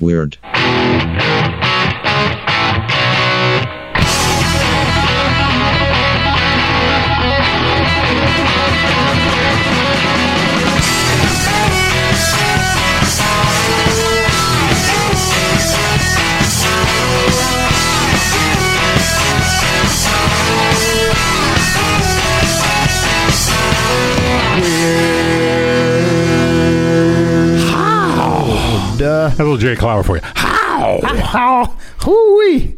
Weird. Duh. That's a little Jerry Clower for you. How? Ow. Hoo-wee.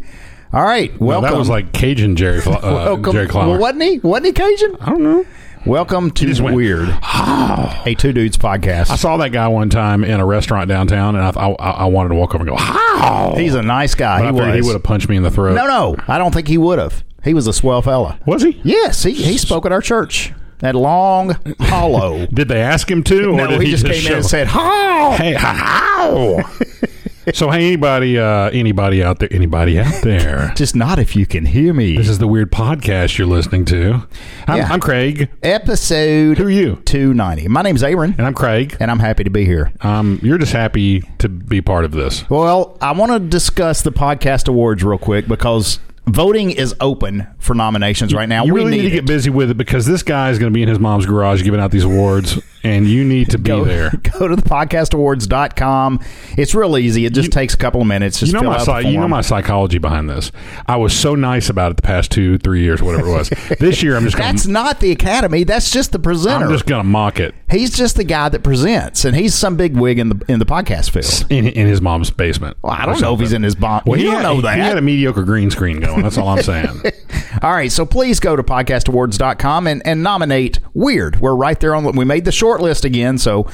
All right. Well, Welcome. that was like Cajun Jerry, Flo- uh, welcome. Jerry Clower. Well, wasn't he? Wasn't he Cajun? I don't know. Welcome to just went, Weird, a two dudes podcast. I saw that guy one time in a restaurant downtown, and I I, I wanted to walk over and go, "How?" He's a nice guy. Oh. But I he figured was. he would have punched me in the throat. No, no. I don't think he would have. He was a swell fella. Was he? Yes, he, he spoke at our church at Long Hollow. Did they ask him to, or no, did he, just, came show in and up? said, "How?" "Hey, how?" so, hey, anybody, uh, anybody out there, anybody out there, Just not if you can hear me. this is the weird podcast you're listening to. I'm, Yeah. I'm Craig, Episode Who are you? Two ninety. My name's Aaron, and I'm Craig. and I'm happy to be here. Um, you're just happy to be part of this. Well, I want to discuss the podcast awards real quick because voting is open for nominations right now. You we really need, to it. get busy with it because this guy is going to be in his mom's garage giving out these awards, and you need to be go, there. Go to the podcastawards.com. It's real easy. It just takes a couple of minutes. Just You know fill my out psy- the you know form. my psychology behind this. I was so nice about it the past two, three years, whatever it was. this year, I'm just going. That's not the Academy. That's just the presenter. I'm just going to mock it he's just the guy that presents, and he's some big wig in the in the podcast field. in, in his mom's basement. Well, I don't know if he's in his bomb. Well, you he don't had, know he- that. He had a mediocre green screen going. That's all I'm saying. All right, so please go to podcastawards.com and, and nominate Weird. We're right there on. We made the short list again, so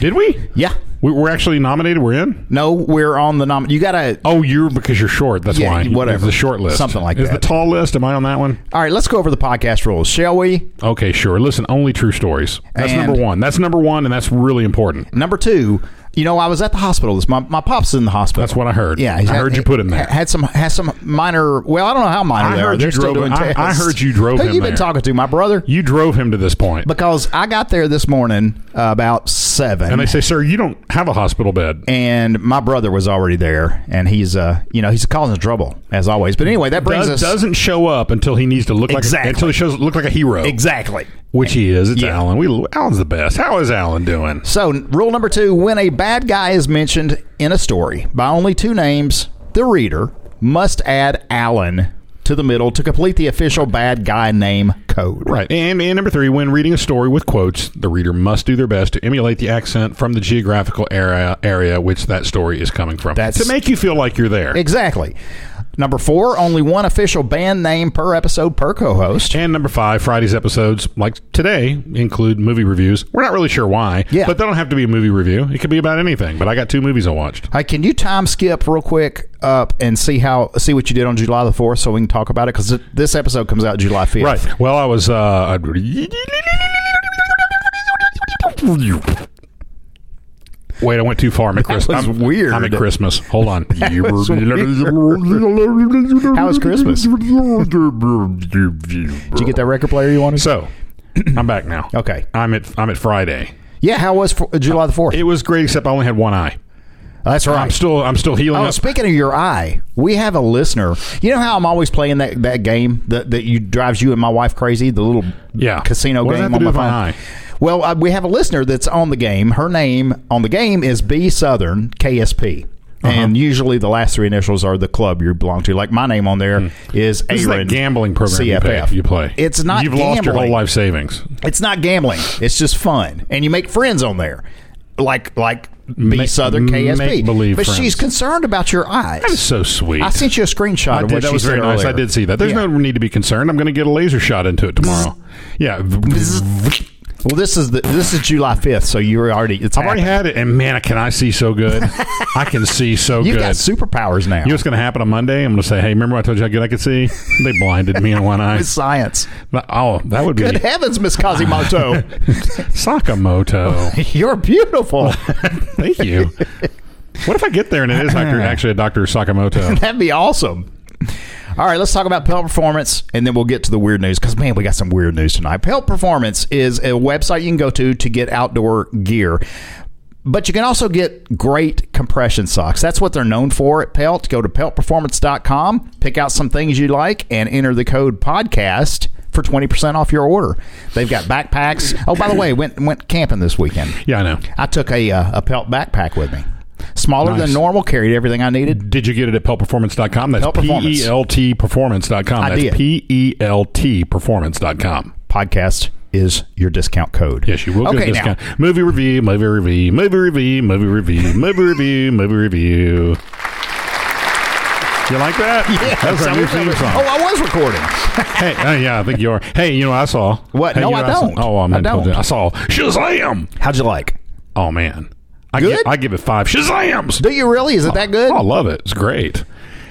Did we? yeah. We, we're actually nominated. We're in. No, we're on the nom. You gotta. Oh, you're because you're short. That's Yeah, why. whatever. It's the short list. Something like Is that. the tall list? Am I on that one? All right, let's go over the podcast rules, shall we? Okay, sure. Listen, only true stories. That's And- number one. That's number one, and that's really important. Number two, you know, I was at the hospital. This my my pops is in the hospital. That's what I heard. Yeah, I heard you put him there. Had some has some minor. Well, I don't know how minor. I they are. heard They're you still drove doing him- I- I tests. heard you drove Who him you been there. talking to? My brother. You drove him to this point, Because I got there this morning uh, about seven, and they say, "Sir, you don't have a hospital bed." and my brother was already there, and he's uh you know he's causing trouble as always. But anyway, that brings Does, us doesn't show up until he needs to look Exactly. like until he shows look like a hero, exactly. which he is. It's Yeah. Alan. We Alan's the best. How is Alan doing? So, rule number two when a bad guy is mentioned in a story by only two names, the reader must add Alan to the middle to complete the official bad guy name code. Right. And, and number three, when reading a story with quotes, the reader must do their best to emulate the accent from the geographical area area which that story is coming from. That's- to make you feel like you're there. Exactly. Number four, only one official band name per episode per co host. And number five, Friday's episodes, like today, include movie reviews. We're not really sure why, Yeah. but they don't have to be a movie review. It could be about anything. But I got two movies I watched. Hey, can you time skip real quick up and see how see what you did on July the fourth, so we can talk about it because this episode comes out July fifth. Right. Well, I was. Uh, Wait, I went too far. I'm at Christmas. was I'm, weird. I'm at Christmas. Hold on. was How was Christmas? Did you get that record player you wanted? So, I'm back now. Okay. I'm at I'm at Friday. yeah. How was for, July the fourth? It was great, except I only had one eye. That's right. I'm still I'm still healing Oh, up. speaking of your eye, we have a listener. You know how I'm always playing that, that game that, that you drives you and my wife crazy, the little Yeah. casino What does game that have to on my do with my phone. eye? Well, uh, we have a listener that's on the game. Her name on the game is B Southern KSP. Uh-huh. And usually the last three initials are the club you belong to. Like my name on there is Hmm. This is Aaron that gambling program you, pay, CFF. you play. It's not You've lost your gambling. whole life savings. It's not gambling. It's just fun, and you make friends on there, like like B Make- Southern KSP. make-believe but friends. she's concerned about your eyes. That is so sweet. I sent you a screenshot I of did. what That she was said very nice. earlier. I did see that. There's Yeah. no need to be concerned. I'm going to get a laser shot into it tomorrow. yeah. Well, this is the this is July fifth, so you're already. It's I've already happened. had it, and man, can I see so good? I can see so You've good. got superpowers now. you know what's going to happen on Monday? I'm going to say, hey, remember I told you how good I could see? They blinded me in one eye. It's science. But, oh, that would be Good heavens, Miss Quasimodo, Sakamoto. you're beautiful. Thank you. What if I get there and it is actor- actually a Dr. Sakamoto? That'd be awesome. All right, let's talk about Pelt Performance, and then we'll get to the weird news because man, we got some weird news tonight. Pelt Performance is a website you can go to to get outdoor gear. But you can also get great compression socks. That's what they're known for at Pelt. Go to peltperformance.com, pick out some things you like, and enter the code podcast for 20% off your order. They've got backpacks. Oh, by the way, went went camping this weekend. Yeah, I know. I took a, uh, a Pelt backpack with me. Smaller Nice. than normal, carried everything I needed. Did you get it at peltperformance.com? That's E Pelt Performance. P-E-L-T performance.com. I That's E did. P-E-L-T performance.com. Podcast is your discount code. Yes, you will get Okay, a now- discount. Movie review, movie review, movie review, movie review, movie review, movie review. You like that? Yes, That's our I new wish I theme was- song. Oh, I was recording. hey, uh, yeah, I think you are. Hey, you know, I saw. What? Hey, No, you I know, saw- don't. oh, I'm I told don't. you. I saw Shazam. How'd you like? Oh, man. I Good? Give, I give it five Shazams. Do you really? Is it that good? Oh, I love it. It's great.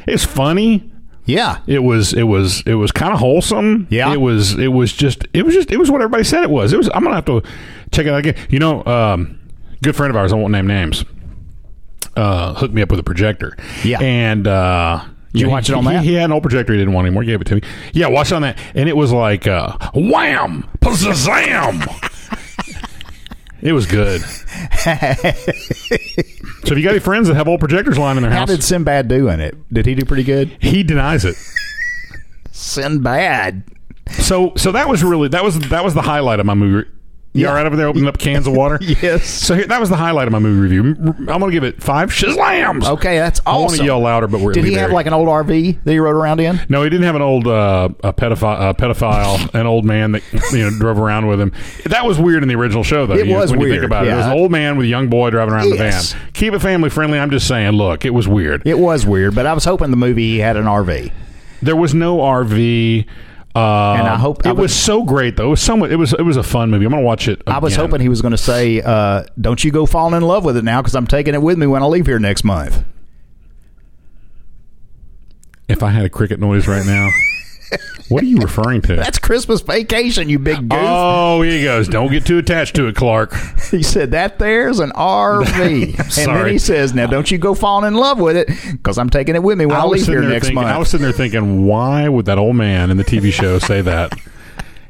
It's funny. Yeah. It was it was it was kind of wholesome. Yeah. It was it was just it was just it was what everybody said it was. It was I'm gonna have to check it out again. You know, um, good friend of ours. I won't name names. Uh, hooked me up with a projector. Yeah. And uh, you know, watch he- it on that? He, he had an old projector. He didn't want anymore. He gave it to me. Yeah, watch it on that. And it was like uh, wham, pizzazam. it was good. so if you got any friends that have old projectors lying in their How house, did Sinbad do in it? Did he do pretty good? he denies it. Sinbad. So so that was really that was that was the highlight of my movie. You Yeah. all right over there opening up cans of water? Yes. So here, that was the highlight of my movie review. I'm going to give it five shizlams. Okay, that's I want awesome. to yell louder, but we're Did it'll he be have buried. like an old RV that he rode around in? No, he didn't have an old uh, a pedophile, a pedophile, an old man that you know drove around with him. That was weird in the original show, though. It you- was when you weird, think about it. It was yeah. an old man with a young boy driving around in Yes. the van. Keep it family friendly. I'm just saying. Look, it was weird. It was weird, but I was hoping the movie he had an RV. There was no RV. Uh, and I hope- it I was, was- so great though. It was so much, It was it was a fun movie. I'm going to watch it. I was again. hoping he was going to say, uh, "Don't you go falling in love with it now, because I'm taking it with me when I leave here next month." If I had a cricket noise right now, what are you referring to? That's Christmas vacation, you big goof. oh, here he goes. Don't get too attached to it, Clark. he said that there's an RV, and then Sorry. he says, "Now don't you go falling in love with it, because I'm taking it with me when I, I was leave sitting here there next thinking. month." I was sitting there thinking, why would that old man in the TV show say that?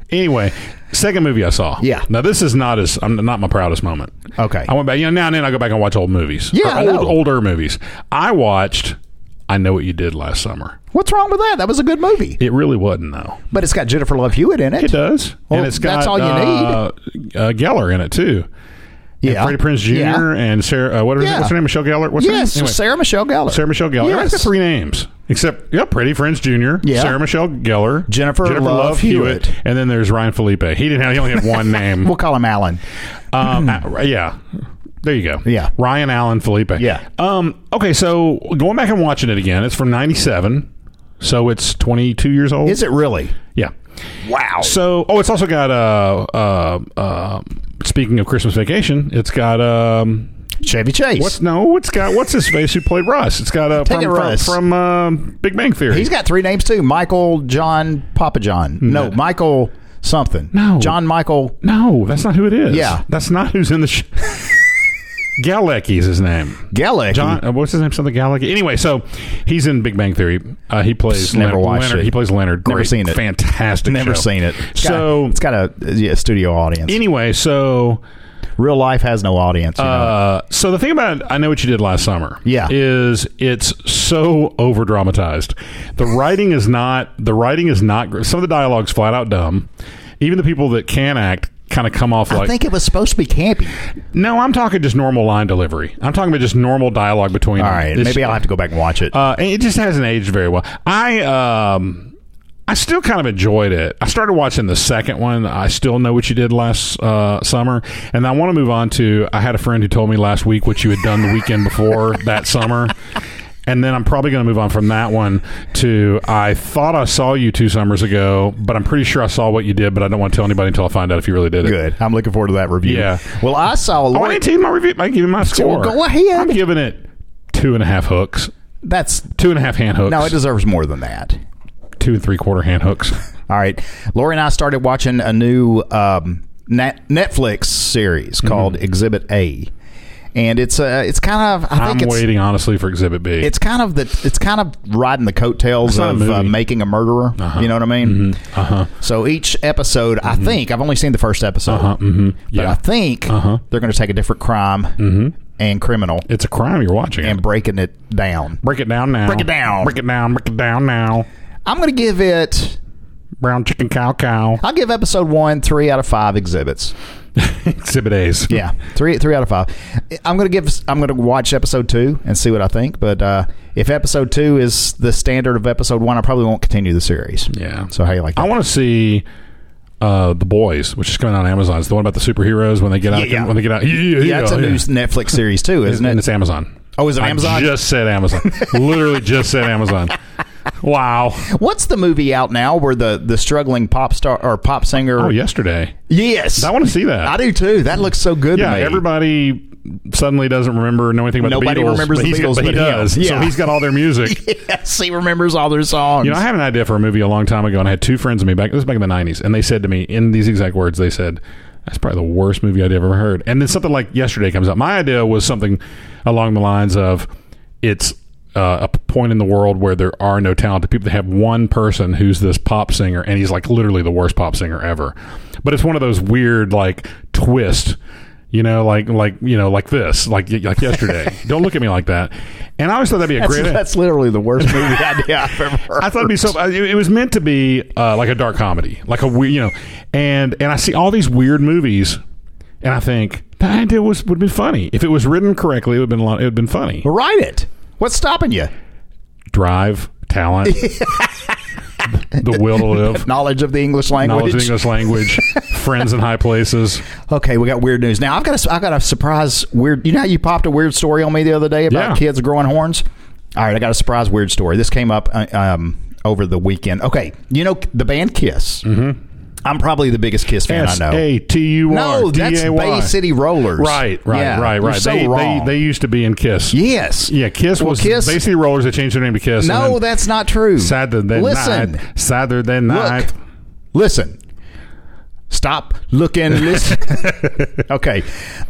anyway, second movie I saw. Yeah. Now this is not as I'm not my proudest moment. Okay. I went back. You know, now and then I go back and watch old movies. Yeah, Or I old, know. older movies. I watched. I know what you did last summer. What's wrong with that? That was a good movie, It really wasn't though. but it's got Jennifer Love Hewitt in it. It does, Well, and it's got that's all you need. Uh, Geller in it too. yeah, Freddie Prince Jr. Yeah. and Sarah. Uh, what is Yeah. it? What's her name? Michelle Geller. What's her Yes, name? Anyway, Sarah Michelle Gellar. Sarah Michelle Geller. Yes. Yes. got three names, except yeah, Freddie Prince Jr. Yeah. Sarah Michelle Geller. Jennifer Love Hewitt. and then there's Ryan Felipe. He didn't have. He only had one name. We'll call him Alan. um, uh, yeah. There you go. Yeah. Ryan Allen Felipe. Yeah. Um. Okay. So going back and watching it again, it's from '97. So it's 22 years old. Is it really? Yeah. Wow. So, oh, it's also got uh, uh, uh, speaking of Christmas Vacation, it's got um, Chevy Chase. What's no? It's got what's his face who played Russ? It's got uh, Take from it, from, Russ. from uh, Big Bang Theory. He's got three names too: Michael, John, Papa John. No, Michael something. Mm. No. John Michael. no, that's not who it is. Yeah. that's not who's in the. Sh- Galecki is his name. Galecki. John, uh, what's his name? Something Galecki. Anyway, so he's in Big Bang Theory. Uh, he plays Psst, never Leonard. watched Leonard. it. He plays Leonard. Never Great. seen it. Fantastic. Never show. seen it. It's got a- So it's got a yeah, studio audience. anyway, so Real life has no audience. you know. Uh, so the thing about I know what you did last summer. Yeah. is it's so over dramatized. The writing is not. The writing is not. gr- Some of the dialogue's flat out dumb. Even the people that can act kind of come off I like think it was supposed to be campy. no. I'm talking just normal line delivery. I'm talking about just normal dialogue between. All them. right, It's- maybe I'll have to go back and watch it. uh, and it just hasn't aged very well. I um, I still kind of enjoyed it. I started watching the second one. I still know what you did last uh, summer, and I want to move on to. I had a friend who told me last week what you had done the weekend before that summer. And then I'm probably going to move on from that one to I thought I saw you two summers ago, but I'm pretty sure I saw what you did, but I don't want to tell anybody until I find out if you really did it. Good. I'm looking forward to that review. Yeah. Well, I saw. I want Lori, to tell you my review. I give you my score. go ahead. I'm giving it two and a half hooks, that's two and a half hand hooks. no. It deserves more than that. two and three quarter hand hooks. All right. Lori and I started watching a new um, net Netflix series Mm-hmm. called Exhibit A, and it's uh, it's kind of I I'm think it's waiting honestly for Exhibit B. it's kind of the it's kind of riding the coattails not a of uh, movie. making a murderer. You know what I mean? uh-huh. Mm-hmm. So each episode, I think I've only seen the first episode, Uh-huh. mhm. but I Yeah. think Uh-huh. Mm-hmm. they're going to take a different crime and criminal It's a crime you're watching. and it. breaking it down. break it down now. Break it down. Break it down. Break it down now. I'm going to give it. Brown chicken cow cow. I'll give episode one three out of five exhibits. Exhibit A's. Yeah, three three out of five. I'm gonna give. I'm gonna watch episode two and see what I think. But uh, if episode two is the standard of episode one, I probably won't continue the series. Yeah. So how you like I that? want to see uh, the boys, which is coming out on Amazon. It's the one about the superheroes when they get out. Yeah, yeah. When they get out. Yeah, Yeah, it's a yeah. new Netflix series too, isn't and it? it's Amazon. Oh, is it Amazon? I just said Amazon. Literally just said Amazon. Wow. What's the movie out now where the the struggling pop star or pop singer? Oh, yesterday. Yes, I want to see that. I do too. That looks so good. yeah, to me. everybody suddenly doesn't remember know anything about Nobody the Beatles. remembers but the he's- Beatles, but he but him. does. So Yeah. he's got all their music. Yes, he remembers all their songs. You know, I had an idea for a movie a long time ago, and I had two friends of me back. This was back in the '90s, and they said to me in these exact words, they said, "That's probably the worst movie I'd ever heard." And then something like yesterday comes up. My idea was something along the lines of, "It's uh, a p- point in the world where there are no talented people. They have one person who's this pop singer, and he's like literally the worst pop singer ever." But it's one of those weird like twist. You know, like like you know, like this, like like yesterday. Don't look at me like that. And I always thought that'd be a that's, great. that's literally the worst movie idea I've ever heard. I thought it'd be so. uh, It, it was meant to be uh, like a dark comedy, like a weird, you know. And and I see all these weird movies, and I think that idea was would be funny if it was written correctly. It would have been a lot. It would have been funny. Write it. What's stopping you? Drive talent, the will to live, Knowledge of the English language. knowledge of the English language, friends in high places. Okay, we got weird news. Now I've got a, I got a surprise weird. You know how you popped a weird story on me the other day about Yeah. kids growing horns. All right, I got a surprise weird story. This came up uh, um, over the weekend. Okay, you know the band Kiss. Mm-hmm. I'm probably the biggest Kiss fan S I know. A T U R no, that's D A Y. Bay City Rollers. Right, right, Yeah, right, you're right. so they, wrong. they they used to be in Kiss. yes. Yeah, Kiss Well, was Kiss- basically Rollers. They changed their name to Kiss. and No, then that's not true. Saturday Listen. night. Saturday night. Look, listen. Stop, look, and listen. okay.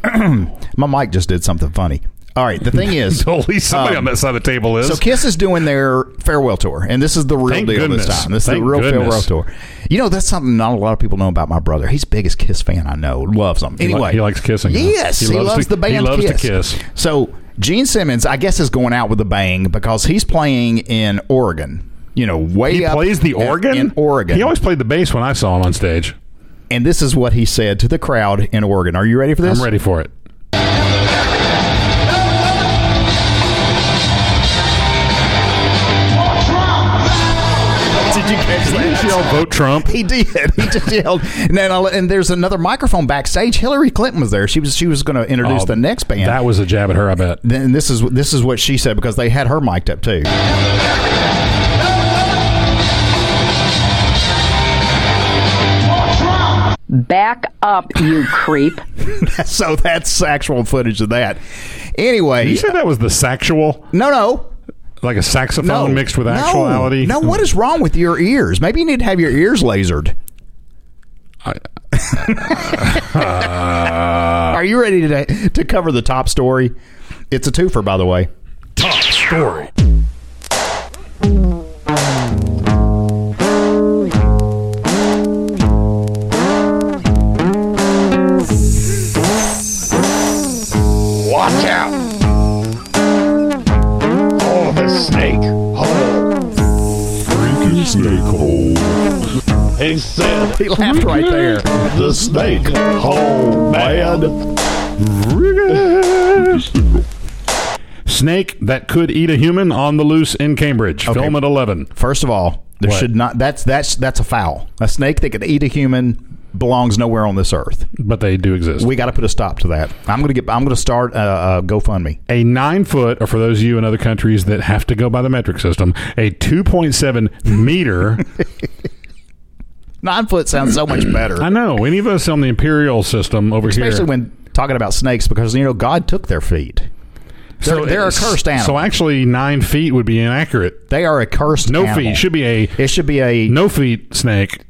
My mic just did something funny. All right. The thing is, Holy, somebody on that side of the table is. Um, so Kiss is doing their farewell tour, and this is the real Thank deal goodness. this time. This is Thank the real goodness. farewell tour. You know, that's something not a lot of people know about my brother. He's the biggest Kiss fan I know. Loves them. li- Anyway, he likes kissing, huh? Yes, He he, loves loves, to- the band. he loves to Kiss. kiss. So Gene Simmons, I guess, is going out with a bang because he's playing in Oregon. You know, way he up plays the in- organ in Oregon. He always played the bass when I saw him on stage. And this is what he said to the crowd in Oregon. Are you ready for this? I'm ready for it. Did you catch Did that? she all vote Trump? He did. He just yelled. And then I'll, and there's another microphone backstage. Hillary Clinton was there. She was she was going to introduce Oh, the next band. That was a jab at her, I bet. then this is this is what she said because they had her mic'd up too. Back up, you creep. so that's actual footage of that. Anyway, You said that was the sexual, no, no, like a saxophone no, mixed with No. actuality. No, what is wrong with your ears? Maybe you need to have your ears lasered. I- Uh. Are you ready to to cover the top story? It's a twofer, by the way. top story? Watch out! Oh, the snake hole. Freaky snake hole. He said, He laughed right there. the snake hole, man. Snake that could eat a human on the loose in Cambridge. Okay. Film at eleven. First of all, there What? should not. That's that's that's a foul. A snake that could eat a human belongs nowhere on this earth. But they do exist. We got to put a stop to that. I'm gonna get. I'm gonna start a, uh GoFundMe. a nine foot, or for those of you in other countries that have to go by the metric system, a 2.7 meter. Nine foot sounds so much better, I know, any of us on the imperial system over especially here. when talking about snakes, because you know God took their feet. They're, they're a cursed animal. So actually, nine feet would be inaccurate. they are a cursed. No animal. feet. Should be a It should be a no feet snake.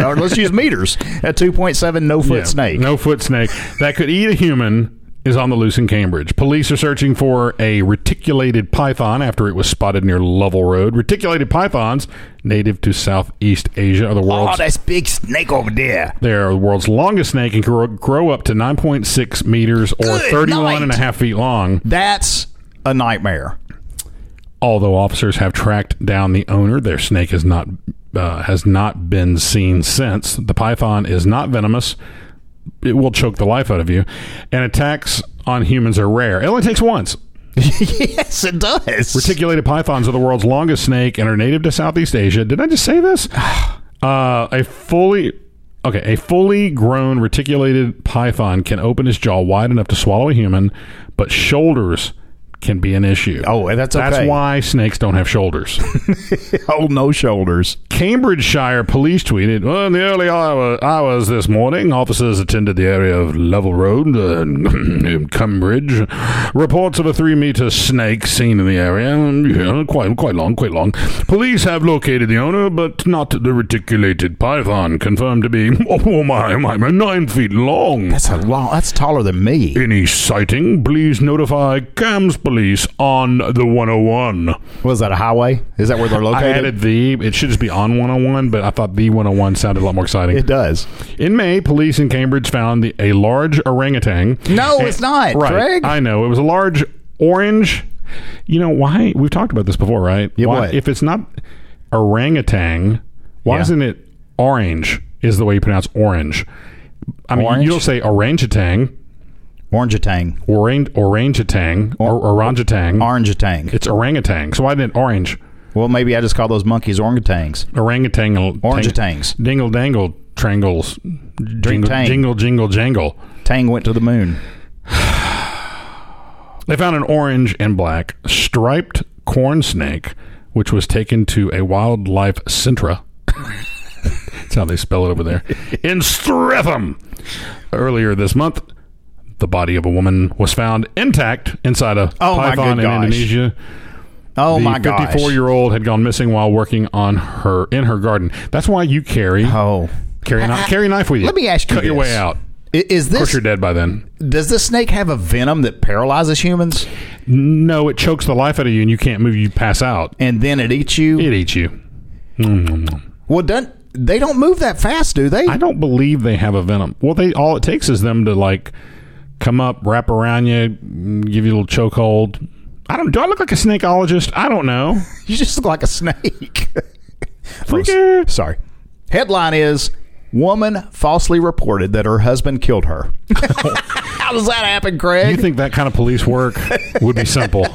or let's use meters. A two point seven no foot Yeah. snake. No foot snake that could eat a human is on the loose in Cambridge. Police are searching for a reticulated python after it was spotted near Lovell Road. Reticulated pythons, native to Southeast Asia, are the world's Oh, that's big snake over there. they are the world's longest snake and grow, grow up to 9.6 meters or Good 31 and a night. half feet long. That's a nightmare. Although officers have tracked down the owner, their snake has not uh, has not been seen since. The python is not venomous; it will choke the life out of you. And attacks on humans are rare. It only takes once. Yes, it does. Reticulated pythons are the world's longest snake and are native to Southeast Asia. Did I just say this? Uh, a fully okay, a fully grown reticulated python can open its jaw wide enough to swallow a human, but shoulders can be an issue. Oh, that's okay. That's why snakes don't have shoulders. Oh, no shoulders. Cambridgeshire police tweeted, well, in the early hour- hours this morning, officers attended the area of Level Road uh, in Cambridge. Reports of a three-meter snake seen in the area. Um, yeah, quite, quite long, quite long. Police have located the owner, but not the reticulated python, confirmed to be, oh my, my, my nine feet long. That's a long. That's taller than me. Any sighting, please notify CAMS police on the 101. Was that a highway? Is that where they're I located? added the. It should just be on 101, but I thought the 101 sounded a lot more exciting. it does. in May, police in Cambridge found the, a large orangutan. No, And- it's not, Right, Craig. I know. It was a large orange. You know why? We've talked about this before, right? Yeah, why, what? If it's not orangutan, why Yeah. isn't it orange? Is the way you pronounce orange? I mean, Orange? you don't say orangutan, Orangutan. orang, orangutan, or, orangutan. Orangutan. it's orangutan. So why didn't orange? Well, maybe I just call those monkeys orangutans. orangutan Orangutans. dingle dangle trangles jingle, tang. jingle jingle jangle Tang went to the moon. they found an orange and black striped corn snake which was taken to a wildlife centra that's how they spell it over there in streatham earlier this month the body of a woman was found intact inside a Oh, my python good in gosh. Indonesia. Oh the my gosh. 54-year-old had gone missing while working on her in her garden. That's why you carry Oh. Carry a knife, carry a knife with you. Let me ask you Cut your this. way out. I- Is Of course, this you're dead by then. does this snake have a venom that paralyzes humans No, it chokes the life out of you, and you can't move. You pass out. and then it eats you? It eats you. well, don't they don't move that fast, do they? I don't believe they have a venom. Well, they all it takes is them to like come up, wrap around you, give you a little chokehold. I don't. Do I look like a snakeologist? I don't know. you just look like a snake. Gross. Freaky. Sorry. Headline is woman falsely reported that her husband killed her. How does that happen, You Craig? think that kind of police work would be simple?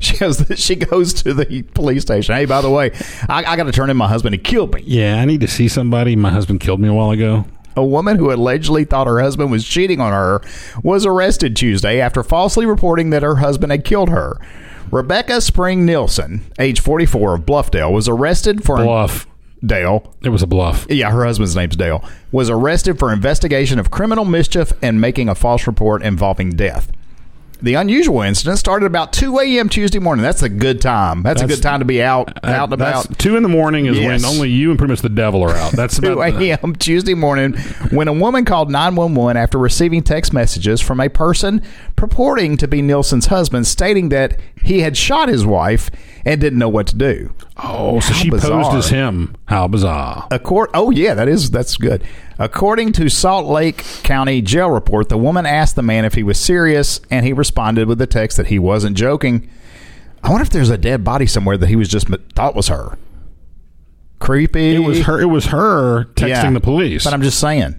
she goes she goes to the police station. Hey, by the way, I, I got to turn in my husband. He killed me. Yeah, I need to see somebody. My husband killed me a while ago. A woman who allegedly thought her husband was cheating on her was arrested Tuesday after falsely reporting that her husband had killed her. Rebecca Spring Nielsen, age 44 of Bluffdale, was arrested for Bluff. Dale. It was a bluff. Yeah, her husband's name's Dale. Was arrested for investigation of criminal mischief and making a false report involving death. The unusual incident started about 2 a.m. Tuesday morning. That's a good time. That's, a That's- uh, good time to be out, out and That's- about. Two in the morning is Yes. when only you and pretty much the devil are out. That's 2 about a.m. Tuesday morning when a woman called 911 after receiving text messages from a person purporting to be Nielsen's husband stating that he had shot his wife and didn't know what to do. Oh, so How she posed bizarre. as him. How bizarre. Accord- oh yeah, that is that's good. According to Salt Lake County jail report, the woman asked the man if he was serious and he responded with a text that he wasn't joking. I wonder if there's a dead body somewhere that he was just thought was her. Creepy. It was her it was her texting Yeah. the police. But I'm just saying.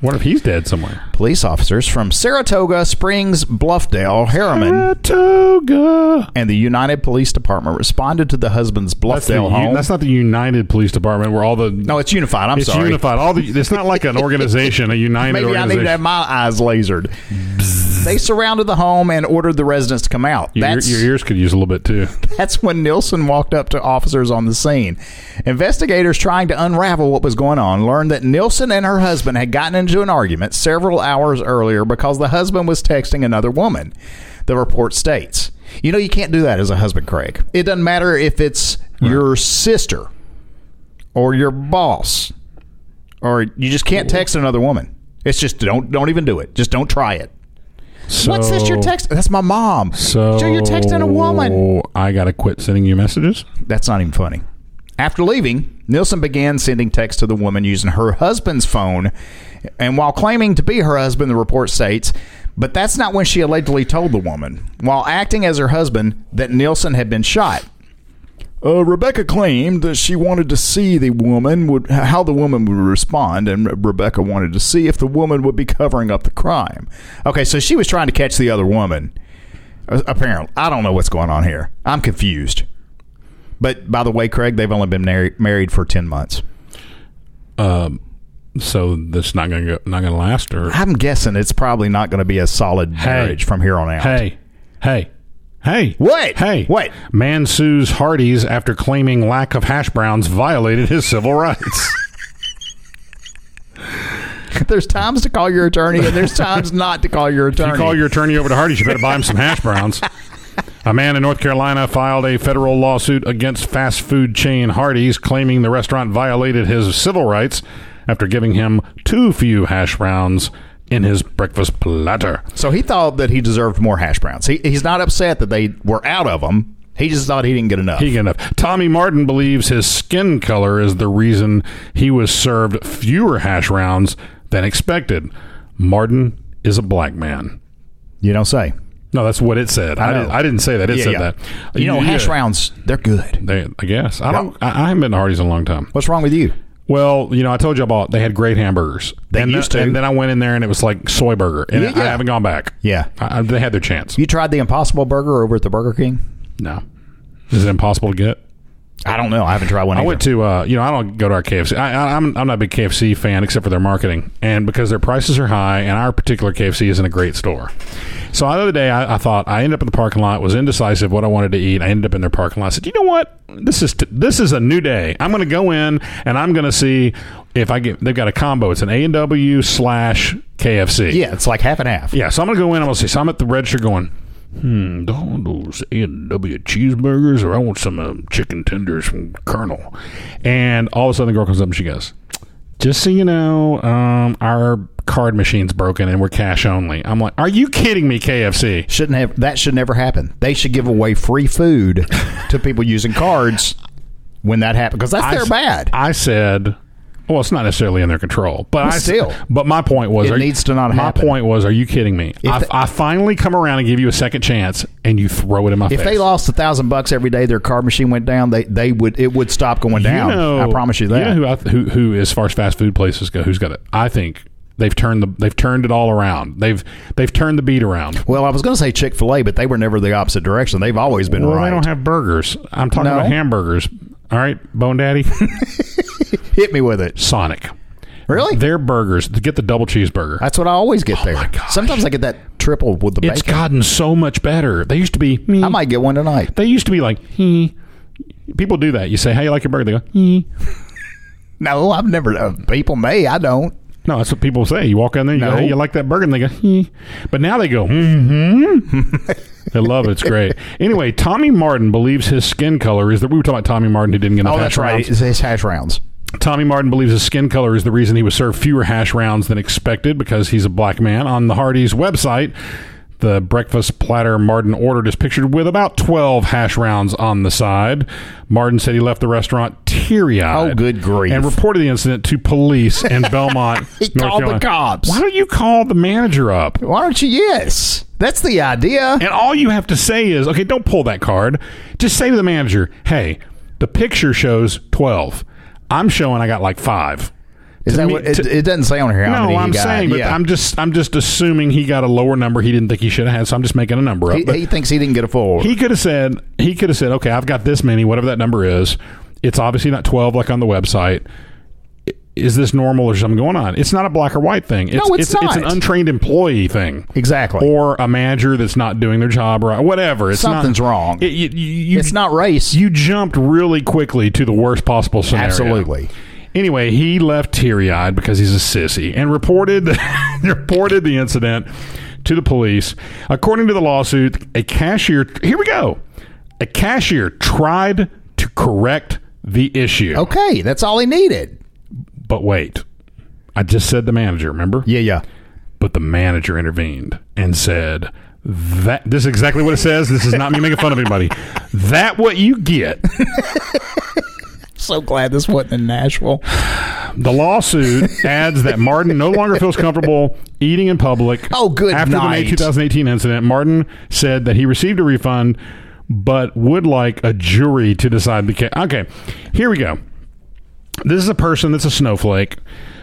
what if he's dead somewhere? police officers from Saratoga Springs, Bluffdale, Harriman, Saratoga. and the United Police Department responded to the husband's That's, the, Bluffdale U- home. that's not the United Police Department where all the no, it's unified. I'm it's sorry. unified. All the it's not like an organization, a united Maybe I need organization. to have my eyes lasered. They surrounded the home and ordered the residents to come out. your, That's, your ears could use a little bit too. that's when Nilsson walked up to officers on the scene. Investigators trying to unravel what was going on learned that Nilsson and her husband had gotten into an argument several hours earlier because the husband was texting another woman. The report states. You know, you can't do that as a husband, Craig. It doesn't matter if it's your sister or your boss or you just can't text another woman. It's just don't don't even do it. Just don't try it. So, What's this? You're text? That's my mom. So Joe, you're texting a woman. I gotta quit sending you messages. That's not even funny. After leaving, Nielsen began sending texts to the woman using her husband's phone. And while claiming to be her husband, the report states, but that's not when she allegedly told the woman, while acting as her husband, that Nielsen had been shot. Uh, Rebecca claimed that she wanted to see the woman would how the woman would respond, and Rebecca wanted to see if the woman would be covering up the crime. Okay, so she was trying to catch the other woman. Uh, Apparently, I don't know what's going on here. I'm confused. But by the way, Craig, they've only been married married for ten months. So that's not gonna go, not gonna last. Or I'm guessing it's probably not going to be a solid marriage from here on out. hey, hey, hey, What? Hey, What? Man sues Hardee's after claiming lack of hash browns violated his civil rights. There's times to call your attorney, and there's times not to call your attorney. You call your attorney over to Hardee's, you better buy him some hash browns. A man in North Carolina filed a federal lawsuit against fast food chain Hardee's, claiming the restaurant violated his civil rights after giving him too few hash browns in his breakfast platter. So he thought that he deserved more hash browns. He, he's not upset that they were out of him. He just thought he didn't get enough. He enough. Tommy Martin believes his skin color is the reason he was served fewer hash rounds than expected. Martin is a black man. you don't say. No, that's what it said. I, know. didn't, I didn't say that. It Yeah, said yeah. that. You know, hash yeah. rounds, they're good. They, I guess I don't. I, I haven't been to Hardee's in a long time. What's wrong with you? Well, you know, I told you about they had great hamburgers. They and used then, to. and then I went in there and it was like soy burger, and Yeah, yeah. I haven't gone back. Yeah. I, I- they had their chance. You tried the Impossible Burger over at the Burger King? No, is it impossible to get? I don't know. I haven't tried one. I either. went to, uh, you know, I don't go to our KFC. I, I, I'm, I'm not a big KFC fan except for their marketing, and because their prices are high, and our particular KFC isn't a great store. So the other day, I, I thought I ended up in the parking lot. Was indecisive what I wanted to eat. I ended up in their parking lot. I said, you know what? This is t- this is a new day. I'm going to go in and I'm going to see if I get. They've got a combo. It's an A and W slash KFC. Yeah, it's like half and half. Yeah, so I'm gonna go in. I'm gonna say, so I'm at the register going. Hmm, do I want those A and W cheeseburgers, or I want some um, chicken tenders from Colonel. And all of a sudden, the girl comes up and she goes, "Just so you know, um, our card machine's broken and we're cash only." I'm like, "Are you kidding me, KFC?" Shouldn't have that should never happen. They should give away free food to people using cards when that happens because that's I their s- bad. I said, "Well, it's not necessarily in their control, but I s- still. But my point was, It are you- needs to not My happen. point was, are you kidding me? I, they- I finally come around and give you a second chance, and you throw it in my If face. they lost a thousand bucks every day, their card machine went down. They they would it would stop going down. I promise you that. know who, I, who who as far as fast food places go, who's got it? I think they've turned the they've turned it all around. They've they've turned the beat around. well, I was going to say Chick Fil A, but they were never the opposite direction. They've always been Well, right. they don't have burgers. I'm talking No. about hamburgers. All right, Bone Daddy, Hit me with it. Sonic. Really? Their burgers. Get the double cheeseburger. That's what I always get there. Oh, my gosh. Sometimes I get that triple with the It's bacon. gotten so much better. They used to be. I might get one tonight. They used to be like. Hmm. People do that. You say, "How you like your burger?" They go, "Hmm." No, I've never. Uh, people may. I don't. No, that's what people say. You walk in there, you No. go, hey, you like that burger? And they go, hmm. But now they go, mm-hmm. they love it. It's great. Anyway, Tommy Martin believes his skin color is that we were talking about Tommy Martin who didn't get enough Oh, hash that's right. rounds. It's, it's hash rounds. Tommy Martin believes his skin color is the reason he was served fewer hash rounds than expected because he's a black man. On the Hardee's website, the breakfast platter Martin ordered is pictured with about 12 hash rounds on the side. Martin said he left the restaurant teary eyed. Oh, good grief. And reported the incident to police in Belmont. He North called the Carolina. cops. Why don't you call the manager up? Why don't you? Yes, that's the idea. And all you have to say is, okay, don't pull that card. Just say to the manager, hey, the picture shows 12. I'm showing I got like five. Is To that me- what, it, to- it doesn't say on here how no, many he I'm got. saying, but yeah. I'm just I'm just assuming he got a lower number he didn't think he should have had, so I'm just making a number up. he, but he thinks he didn't get a full. order. he could have said he could have said, okay, I've got this many, whatever that number is. It's obviously not 12 like on the website. I- Is this normal or something going on? It's not a black or white thing. It's, No, it's it's an not. untrained employee thing. Exactly. Or a manager that's not doing their job right. Whatever. It's not- Something's wrong. It- you- you- it's not race. You jumped really quickly to the worst possible scenario. Absolutely. Anyway, he left teary-eyed because he's a sissy and reported reported the incident to the police. According to the lawsuit, a cashier here we go. A cashier tried to correct the issue. okay, that's all he needed. But wait. I just said the manager, remember? Yeah, yeah. But the manager intervened and said, that this is exactly what it says. This is not me making fun of anybody. That what you get So glad this wasn't in Nashville. The lawsuit adds that Martin no longer feels comfortable eating in public. Oh, good After the night. May 2018 incident, Martin said that he received a refund, but would like a jury to decide the case. Okay, here we go. This is a person that's a snowflake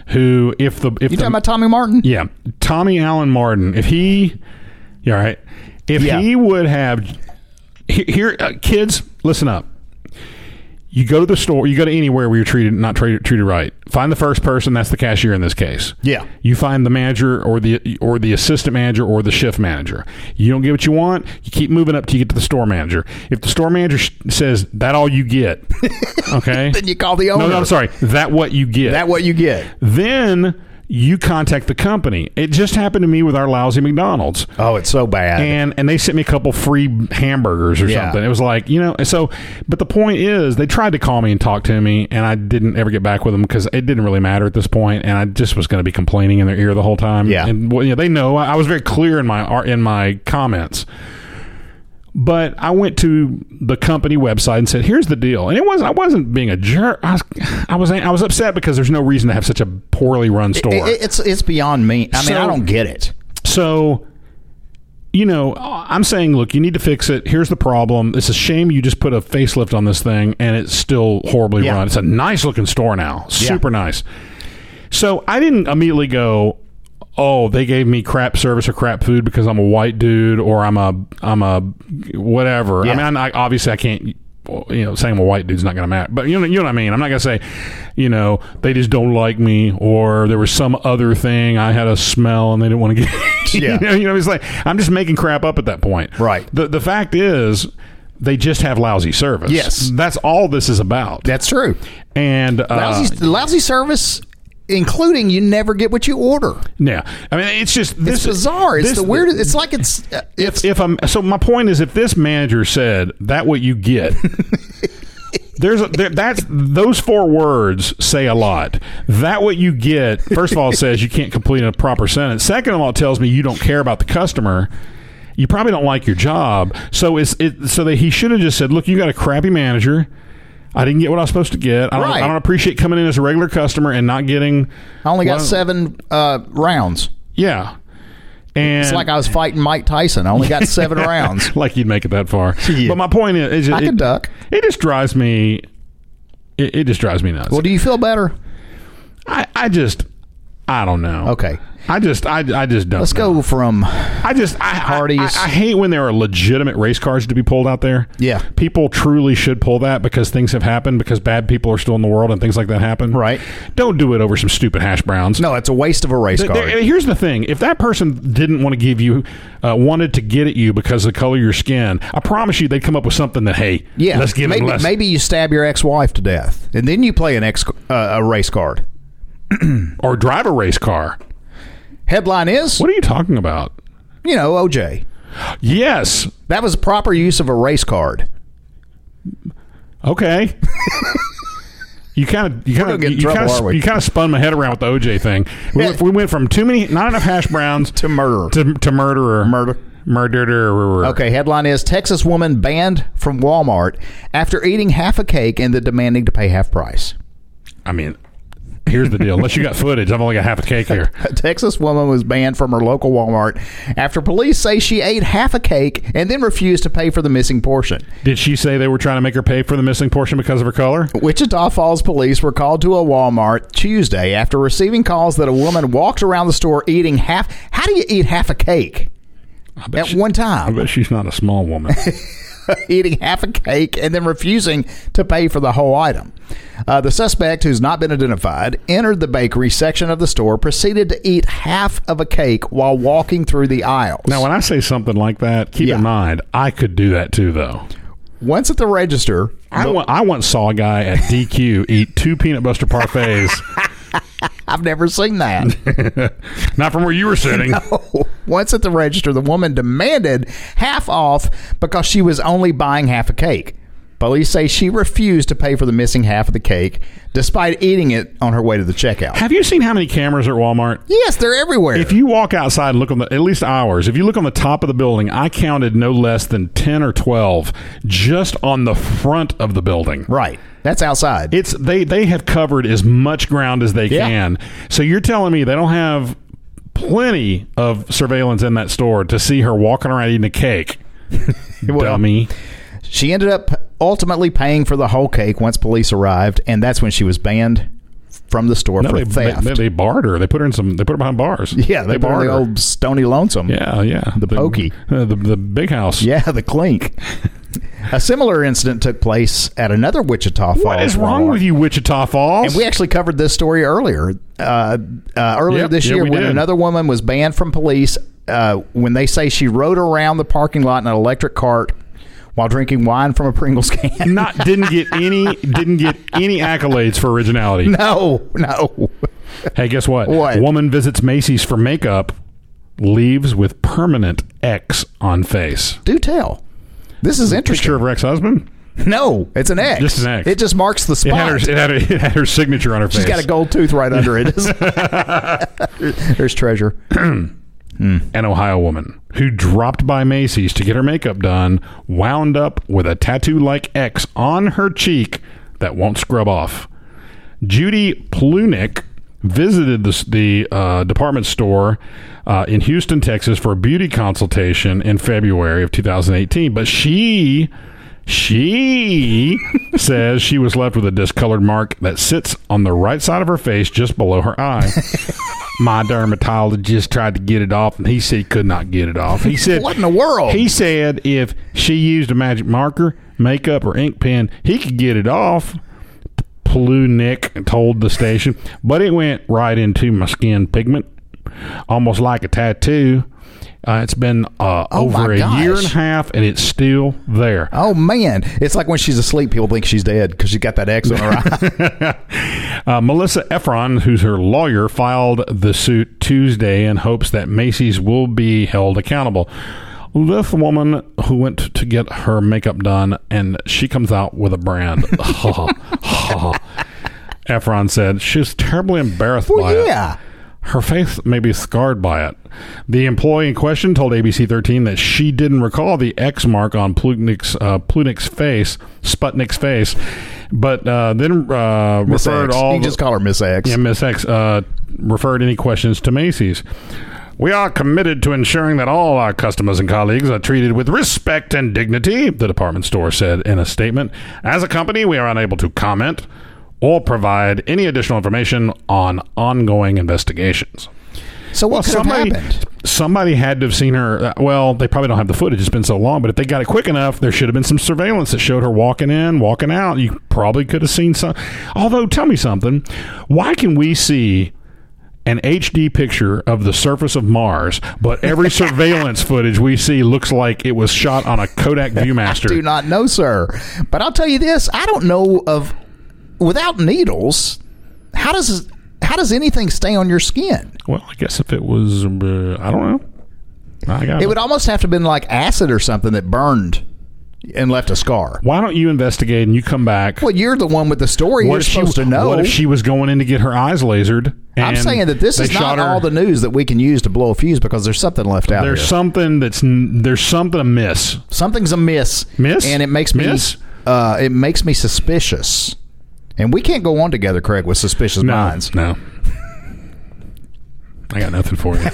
who, if the if You the, talking about Tommy Martin? yeah, Tommy Allen Martin, if he, you all right, if Yeah. he would have he- here, uh, kids, listen up. You go to the store, you go to anywhere where you're treated not treated, treated right. Find the first person, that's the cashier in this case. Yeah. You find the manager or the or the assistant manager or the shift manager. You don't get what you want, you keep moving up till you get to the store manager. If the store manager sh- says that all you get, okay? Then you call the owner. no, no, I'm sorry. That what you get That what you get. then you contact the company. It just happened to me with our lousy McDonald's. Oh, it's so bad. And and they sent me a couple free hamburgers or Yeah. something. It was like, you know, and so but the point is they tried to call me and talk to me and I didn't ever get back with them cuz it didn't really matter at this point and I just was going to be complaining in their ear the whole time. Yeah. And well, you know, they know I, I was very clear in my ar- in my comments. But I went to the company website and said, "Here's the deal." And it was I wasn't being a jerk. I was I was, I was upset because there's no reason to have such a poorly run store. It- it- it's it's beyond me. I mean, So- I don't get it. So, you know, I'm saying, look, you need to fix it. Here's the problem. It's a shame you just put a facelift on this thing and it's still horribly Yeah. run. It's a nice looking store now, Yeah. super nice. So I didn't immediately go, oh, they gave me crap service or crap food because I'm a white dude or I'm a I'm a whatever. I Yeah. mean, I'm not, obviously I can't. well, You know, saying I'm a white dude's not going to matter, but you know, you know what I mean. I'm not going to say, you know, they just don't like me, or there was some other thing. I had a smell and they didn't want to get. Yeah. you know, you know, it's like I'm just making crap up at that point. Right. The the fact is, they just have lousy service. Yes. that's all this is about. That's true. and uh, Lousy, lousy service, including you never get what you order. Yeah, I mean, it's just this It's bizarre. It's this- the weirdest. It's like it's uh, it's If if I'm so, my point is, if this manager said that, what you get. There's a, there, that's those four words say a lot. That what you get. First of all, it says you can't complete a proper sentence. Second of all, it tells me you don't care about the customer. You probably don't like your job. So it's it so that he should have just said, "Look, you got a crappy manager. I didn't get what I was supposed to get. I don't, Right. I don't appreciate coming in as a regular customer and not getting. I only got Well- seven uh, rounds. Yeah, and It's like I was fighting Mike Tyson. I only got seven rounds. like you'd make it that far. Yeah. But my point is, is I it, could duck. It just drives me. It, it just drives me nuts. Well, do you feel better? I, I just, I don't know. Okay. I just, I, I just don't. Let's go from I just, I, Hardy's. Hardee's. I, I hate when there are legitimate race cars to be pulled out there. Yeah. people truly should pull that because things have happened because bad people are still in the world and things like that happen. Right. Don't do it over some stupid hash browns. no. It's a waste of a race Th- card. there- here's the thing: if that person didn't want to give you, uh, wanted to get at you because of the color of your skin, I promise you, they'd come up with something that hey, Yeah, let's give maybe, them less. maybe you stab your ex-wife to death, and then you play an ex uh, a race card. or drive a race car. Headline is What are you talking about? you know OJ. Yes. That was proper use of a race card. Okay. You kind of you kind gonna of get you, in trouble, kind are of we? you kind of spun my head around with the OJ thing. We, went, we went from too many, not enough hash browns To murder. to, to murderer, Murder. murderer. Okay, headline is Texas woman banned from Walmart after eating half a cake and then demanding to pay half price. I mean, here's the deal. Unless you got footage, I've only got half a cake here. A Texas woman was banned from her local Walmart after police say she ate half a cake and then refused to pay for the missing portion. Did she say they were trying to make her pay for the missing portion because of her color? Wichita Falls police were called to a Walmart Tuesday after receiving calls that a woman walked around the store eating half. How do you eat half a cake bet at she- one I time? bet she's not a small woman. eating half a cake and then refusing to pay for the whole item. Uh, the suspect, who's not been identified, entered the bakery section of the store, proceeded to eat half of a cake while walking through the aisles. now, when I say something like that, keep Yeah. in mind I could do that too, though. Once at the register, I, wa- I once saw a guy at DQ eat two peanut buster parfaits, I've never seen that. not from where you were sitting. Once at the register, the woman demanded half off because she was only buying half a cake. Police say she refused to pay for the missing half of the cake despite eating it on her way to the checkout. Have you seen how many cameras are at Walmart? Yes, they're everywhere. If you walk outside and look on the at least ours, if you look on the top of the building, I counted no less than ten or twelve just on the front of the building. right. That's outside. It's they they have covered as much ground as they Yeah. can. So you're telling me they don't have plenty of surveillance in that store to see her walking around eating a cake. Dummy. She ended up ultimately paying for the whole cake once police arrived, and that's when she was banned from the store No, for they, they, theft. they, they barred her. They put her in some. They put her behind bars. yeah, they, bought barred the her. old Stony Lonesome. Yeah, yeah. The pokey. uh, the, the big house. Yeah, the clink. A similar incident took place at another Wichita Falls. What is wrong Walmart. with you, Wichita Falls? And we actually covered this story earlier. Uh, uh, earlier Yep, this yeah, year, we when did. another woman was banned from police uh, when they say she rode around the parking lot in an electric cart while drinking wine from a Pringles can. not didn't get any didn't get any accolades for originality. No, no. Hey, guess what? What? Woman visits Macy's for makeup, leaves with permanent X on face. Do tell. This is interesting. Picture of her ex-husband. No, it's an X. Just an X. It just marks the It had, her, spot. it, had her, it had her signature on her She's face. got a gold tooth right under it. There's treasure. An Ohio woman who dropped by Macy's to get her makeup done wound up with a tattoo-like X on her cheek that won't scrub off. Judy Plunick visited the, the uh, department store uh, in Houston, Texas, for a beauty consultation in February of 2018. But she she says she was left with a discolored mark that sits on the right side of her face, just below her eye. My dermatologist tried to get it off, and he said he could not get it off. He said, What in the world? He said if she used a magic marker, makeup, or ink pen, he could get it off. Plunick told the station, but it went right into my skin pigment, almost like a tattoo. Uh, it's been uh, Oh, my over a year gosh. and a half, and it's still there. Oh man, it's like when she's asleep, people think she's dead because she got that X on her eye. Uh, Melissa Efron, who's her lawyer, filed the suit Tuesday in hopes that Macy's will be held accountable. This woman who went to get her makeup done, and she comes out with a brand. Efron said she's terribly embarrassed by Well, it. yeah. Her face may be scarred by it. The employee in question told ABC 13 that she didn't recall the X mark on Plutnik's, uh, Plutnik's face, Sputnik's face, but uh, then uh, Miss referred X. all. you the- just call her Miss X. yeah, Miss X uh, referred any questions to Macy's. We are committed to ensuring that all our customers and colleagues are treated with respect and dignity, the department store said in a statement. As a company, we are unable to comment or provide any additional information on ongoing investigations. so what could somebody, have happened? somebody had to have seen her. uh, Well, they probably don't have the footage. It's been so long, but if they got it quick enough, there should have been some surveillance that showed her walking in, walking out. You probably could have seen some. Although, tell me something. Why can we see an HD picture of the surface of Mars, but every surveillance footage we see looks like it was shot on a Kodak Viewmaster? Do not know, sir. But I'll tell you this: I don't know of without needles. How does how does anything stay on your skin? Well, I guess if it was, uh, I don't know. I got It would almost have to have been like acid or something that burned and left a scar. Why don't you investigate and you come back? Well, you're the one with the story. you're if she- supposed to know. What if she was going in to get her eyes lasered? I'm and saying that this they is not shot her- all the news that we can use to blow a fuse because there's something left out There's here. something that's n- there's something amiss. Something's amiss. Miss? And it makes Miss? me uh, it makes me suspicious. And we can't go on together, Craig, with suspicious minds. no. I got nothing for you.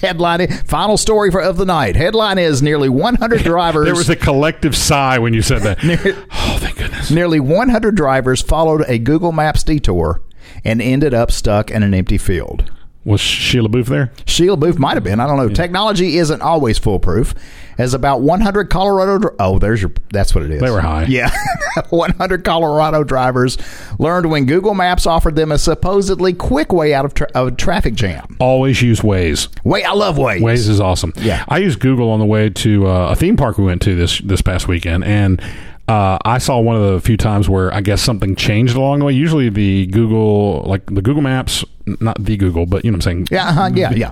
Headline final story for, of the night. Headline is nearly 100 drivers there was a collective sigh when you said that. oh, thank goodness. Nearly 100 drivers followed a Google Maps detour and ended up stuck in an empty field. Was Sheila Booth there? Sheila Booth might have been. I don't know. Technology isn't always foolproof. As about 100 Colorado. dr- Oh, there's your. That's what it is. They were high. Yeah. 100 Colorado drivers learned when Google Maps offered them a supposedly quick way out of, tra- of a traffic jam. Always use Waze. Wait, I love ways. Waze is awesome. Yeah. I used Google on the way to uh, a theme park we went to this this past weekend, and uh, I saw one of the few times where I guess something changed along the way. Usually, the Google like the Google Maps, n- not the Google, but you know what I'm saying. Yeah, uh-huh, yeah, yeah.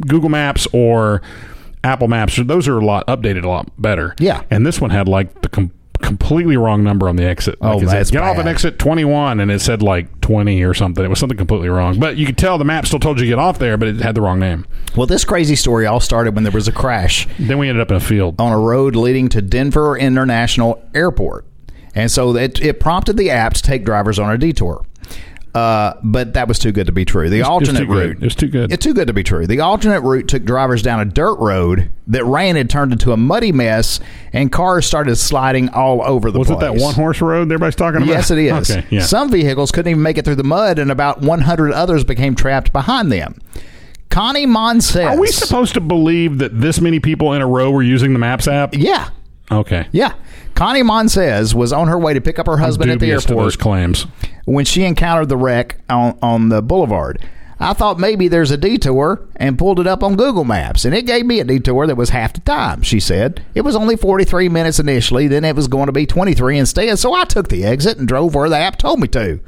Google Maps or Apple Maps, those are a lot updated, a lot better. Yeah. and this one had like the com- completely wrong number on the exit. Oh, Like, it said, that's get off bad. at exit 21, and it said like 20 or something. It was something completely wrong. But you could tell the map still told you to get off there, but it had the wrong name. Well, this crazy story all started when there was a crash Then we ended up in a field. on a road leading to Denver International Airport. And so it, it prompted the app to take drivers on a detour. Uh, but that was too good to be true. The alternate too good. route. It was too good. It's too good to be true. The alternate route took drivers down a dirt road that rain had turned into a muddy mess, and cars started sliding all over the Was place. it that one horse road everybody's talking about? Yes, it is. Okay, yeah. Some vehicles couldn't even make it through the mud, and about 100 others became trapped behind them. Connie Monsell. Are we supposed to believe that this many people in a row were using the Maps app? Yeah, Okay. yeah. Connie Monsez was on her way to pick up her husband at the Dubious to those airport claims. when she encountered the wreck on, on the boulevard. I thought maybe there's a detour and pulled it up on Google Maps, and it gave me a detour that was half the time, she said. It was only 43 minutes initially, then it was going to be 23 instead, so I took the exit and drove where the app told me to.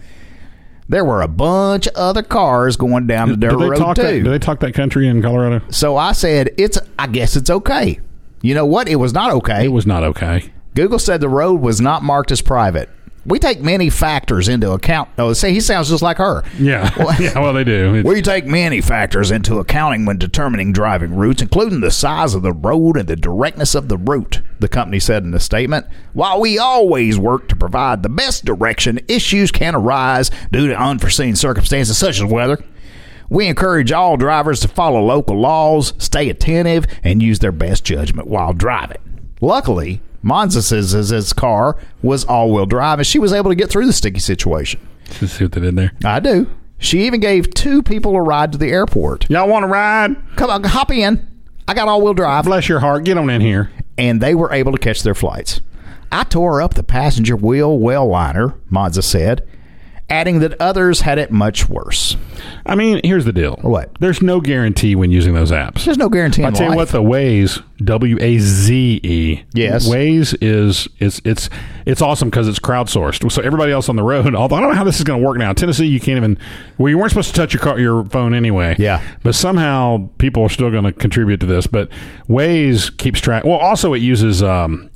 There were a bunch of other cars going down the dirt do they road, talk too. that? Do they talk that country in Colorado? so I said, "It's. I guess it's okay. You know what? It was not okay. It was not okay. Google said the road was not marked as private. We take many factors into account. Oh, say he sounds just like her. Yeah. Well- yeah. Well, they do. It's- We take many factors into accounting when determining driving routes, including the size of the road and the directness of the route, the company said in a statement. While we always work to provide the best direction, issues can arise due to unforeseen circumstances such as weather. We encourage all drivers to follow local laws, stay attentive, and use their best judgment while driving. Luckily, Monzas's car was all-wheel drive, and she was able to get through the sticky situation. Let's see what they did there. I do. She even gave two people a ride to the airport. Y'all want to ride? Come on, hop in. I got all wheel drive. Bless your heart. Get on in here. And they were able to catch their flights. I tore up the passenger wheel well liner, Monza said, adding that others had it much worse. I mean, here's the deal. What? There's no guarantee when using those apps. There's no guarantee in I tell life. you what, the Waze W A Z E. Yes. Waze is is it's it's awesome because it's crowdsourced. So everybody else on the road. Although I don't know how this is going to work now. Tennessee, you can't even. Well, you weren't supposed to touch your car, your phone anyway. Yeah. But somehow people are still going to contribute to this. But Waze keeps track. Well, also it uses. Um,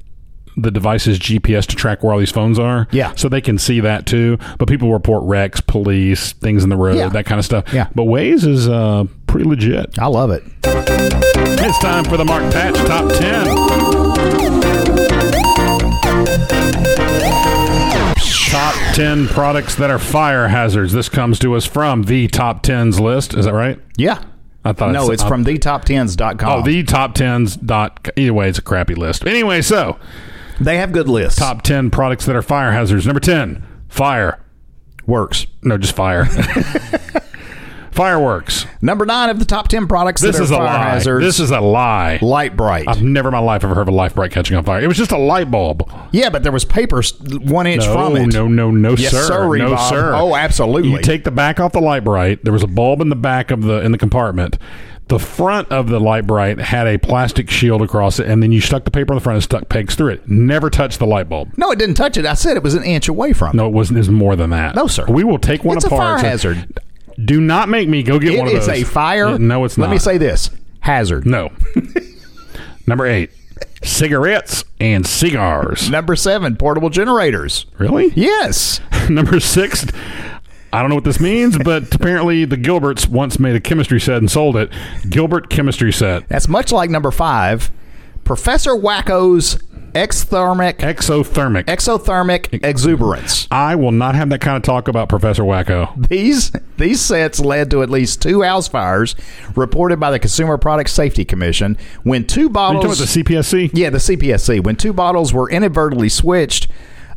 the device's GPS to track where all these phones are. Yeah. So they can see that too. But people report wrecks, police, things in the road, Yeah. that kind of stuff. Yeah. But Waze is uh, pretty legit. I love it. It's time for the Mark Patch Top 10. Top 10 products that are fire hazards. This comes to us from the Top 10s list. Is that right? Yeah. I thought no, said- it's from thetop10s.com. Oh, the top 10s. Dot, either way, it's a crappy list. Anyway, so they have good lists. top 10 products that are fire hazards. Number 10, fire. works. No, just fire. Fireworks. Number nine of the top 10 products This that are is a fire lie. hazards. This is a lie. Light bright. I've never in my life ever heard of a light bright catching on fire. It was just a light bulb. yeah, but there was paper s- one inch no, from it. No, no, no, Yes, sir. sirree, no, Bob. sir. Oh, absolutely. You take the back off the light bright. There was a bulb in the back of the in the compartment. The front of the light bright had a plastic shield across it, and then you stuck the paper on the front and stuck pegs through it. Never touched the light bulb. No, it didn't touch it. I said it was an inch away from it. No, it wasn't. It's more than that. No, sir. We will take one It's a apart. fire and say, hazard. Do not make me go get It one of is those. a fire. No, it's not. Let me say this hazard. no. Number eight, cigarettes and cigars. Number seven, portable generators. Really? Yes. Number six, I don't know what this means, but apparently the Gilberts once made a chemistry set and sold it. Gilbert chemistry set. That's much like number five, Professor Wacko's exothermic, Exothermic. exothermic exuberance. I will not have that kind of talk about Professor Wacko. These, these sets led to at least two house fires reported by the Consumer Product Safety Commission when two Are you bottles. talking about the CPSC? Yeah, the CPSC. When two bottles were inadvertently switched,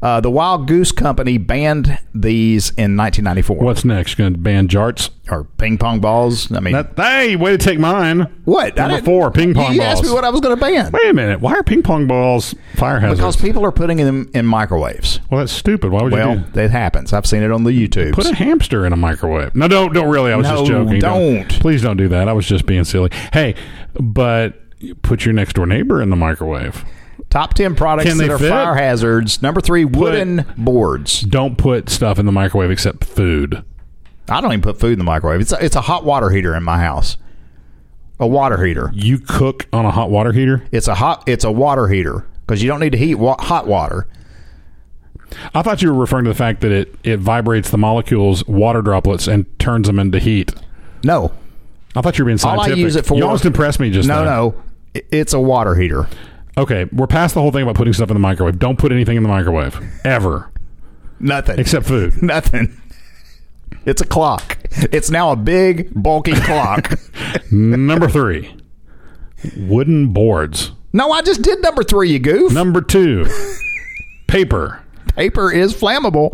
uh, the Wild Goose Company banned these in 1994. What's next? Going to ban jarts? Or ping pong balls. I mean, That, hey, way to take mine. what? I Number didn't- four, ping pong you balls. asked me what I was going to ban. Wait a minute. Why are ping pong balls fire hazards? Because people are putting them in microwaves. well, that's stupid. Why would you Well, do it happens. I've seen it on the YouTube. Put a hamster in a microwave. No, don't, don't really. I was just No, joking. don't. Please don't do that. I was just being silly. Hey, but put your next door neighbor in the microwave. Top 10 products Can that they are fit? fire hazards. Number three, wooden boards. don't put stuff in the microwave except food. I don't even put food in the microwave. It's a, it's a hot water heater in my house. A water heater. You cook on a hot water heater? It's a hot. It's a water heater because you don't need to heat wa- hot water. I thought you were referring to the fact that it, it vibrates the molecules, water droplets, and turns them into heat. No, I thought you were being all scientific. I use it for. You almost impressed me just no, now. no. I- It's a water heater. Okay, we're past the whole thing about putting stuff in the microwave. Don't put anything in the microwave ever, Nothing except food. nothing. It's a clock. It's now a big bulky clock. Number three, wooden boards. No, I just did number three. You goof. Number two, paper. Paper is flammable,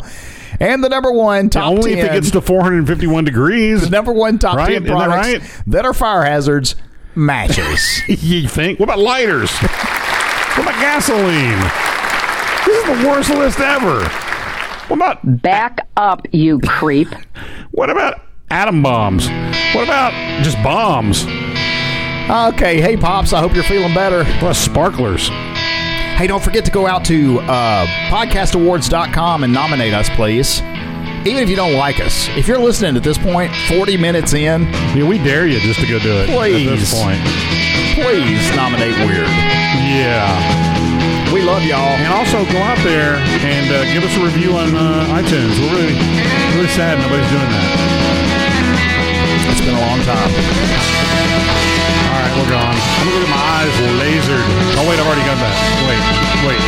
and the number one top Only ten. if it gets to 451 degrees. the number one top Right? ten Isn't that products right? that are fire hazards matches. you think? What about lighters? what about gasoline? This is the worst list ever. What about Back up, you creep. what about atom bombs? What about just bombs? okay, hey pops, I hope you're feeling better. What about sparklers? Hey, don't forget to go out to uh, podcastawards.com and nominate us, please. Even if you don't like us, if you're listening at this point, 40 minutes in, Yeah, we dare you just to go do it at Please. this point. please nominate Weird. Yeah, We love y'all. and also go out there and uh, give us a review on uh, iTunes. We're really, really sad nobody's doing that. It's been a long time. All right, we're gone. I'm gonna go get my eyes lasered. Oh wait, I've already got that. Wait, wait,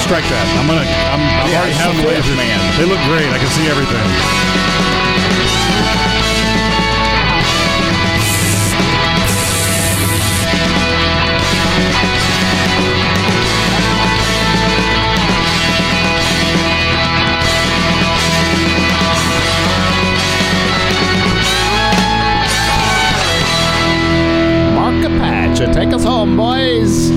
strike that. I'm gonna. I'm, I've Yeah, already it's had them the lasered. man. They look great. I can see everything. Mark Apache, take us home, boys.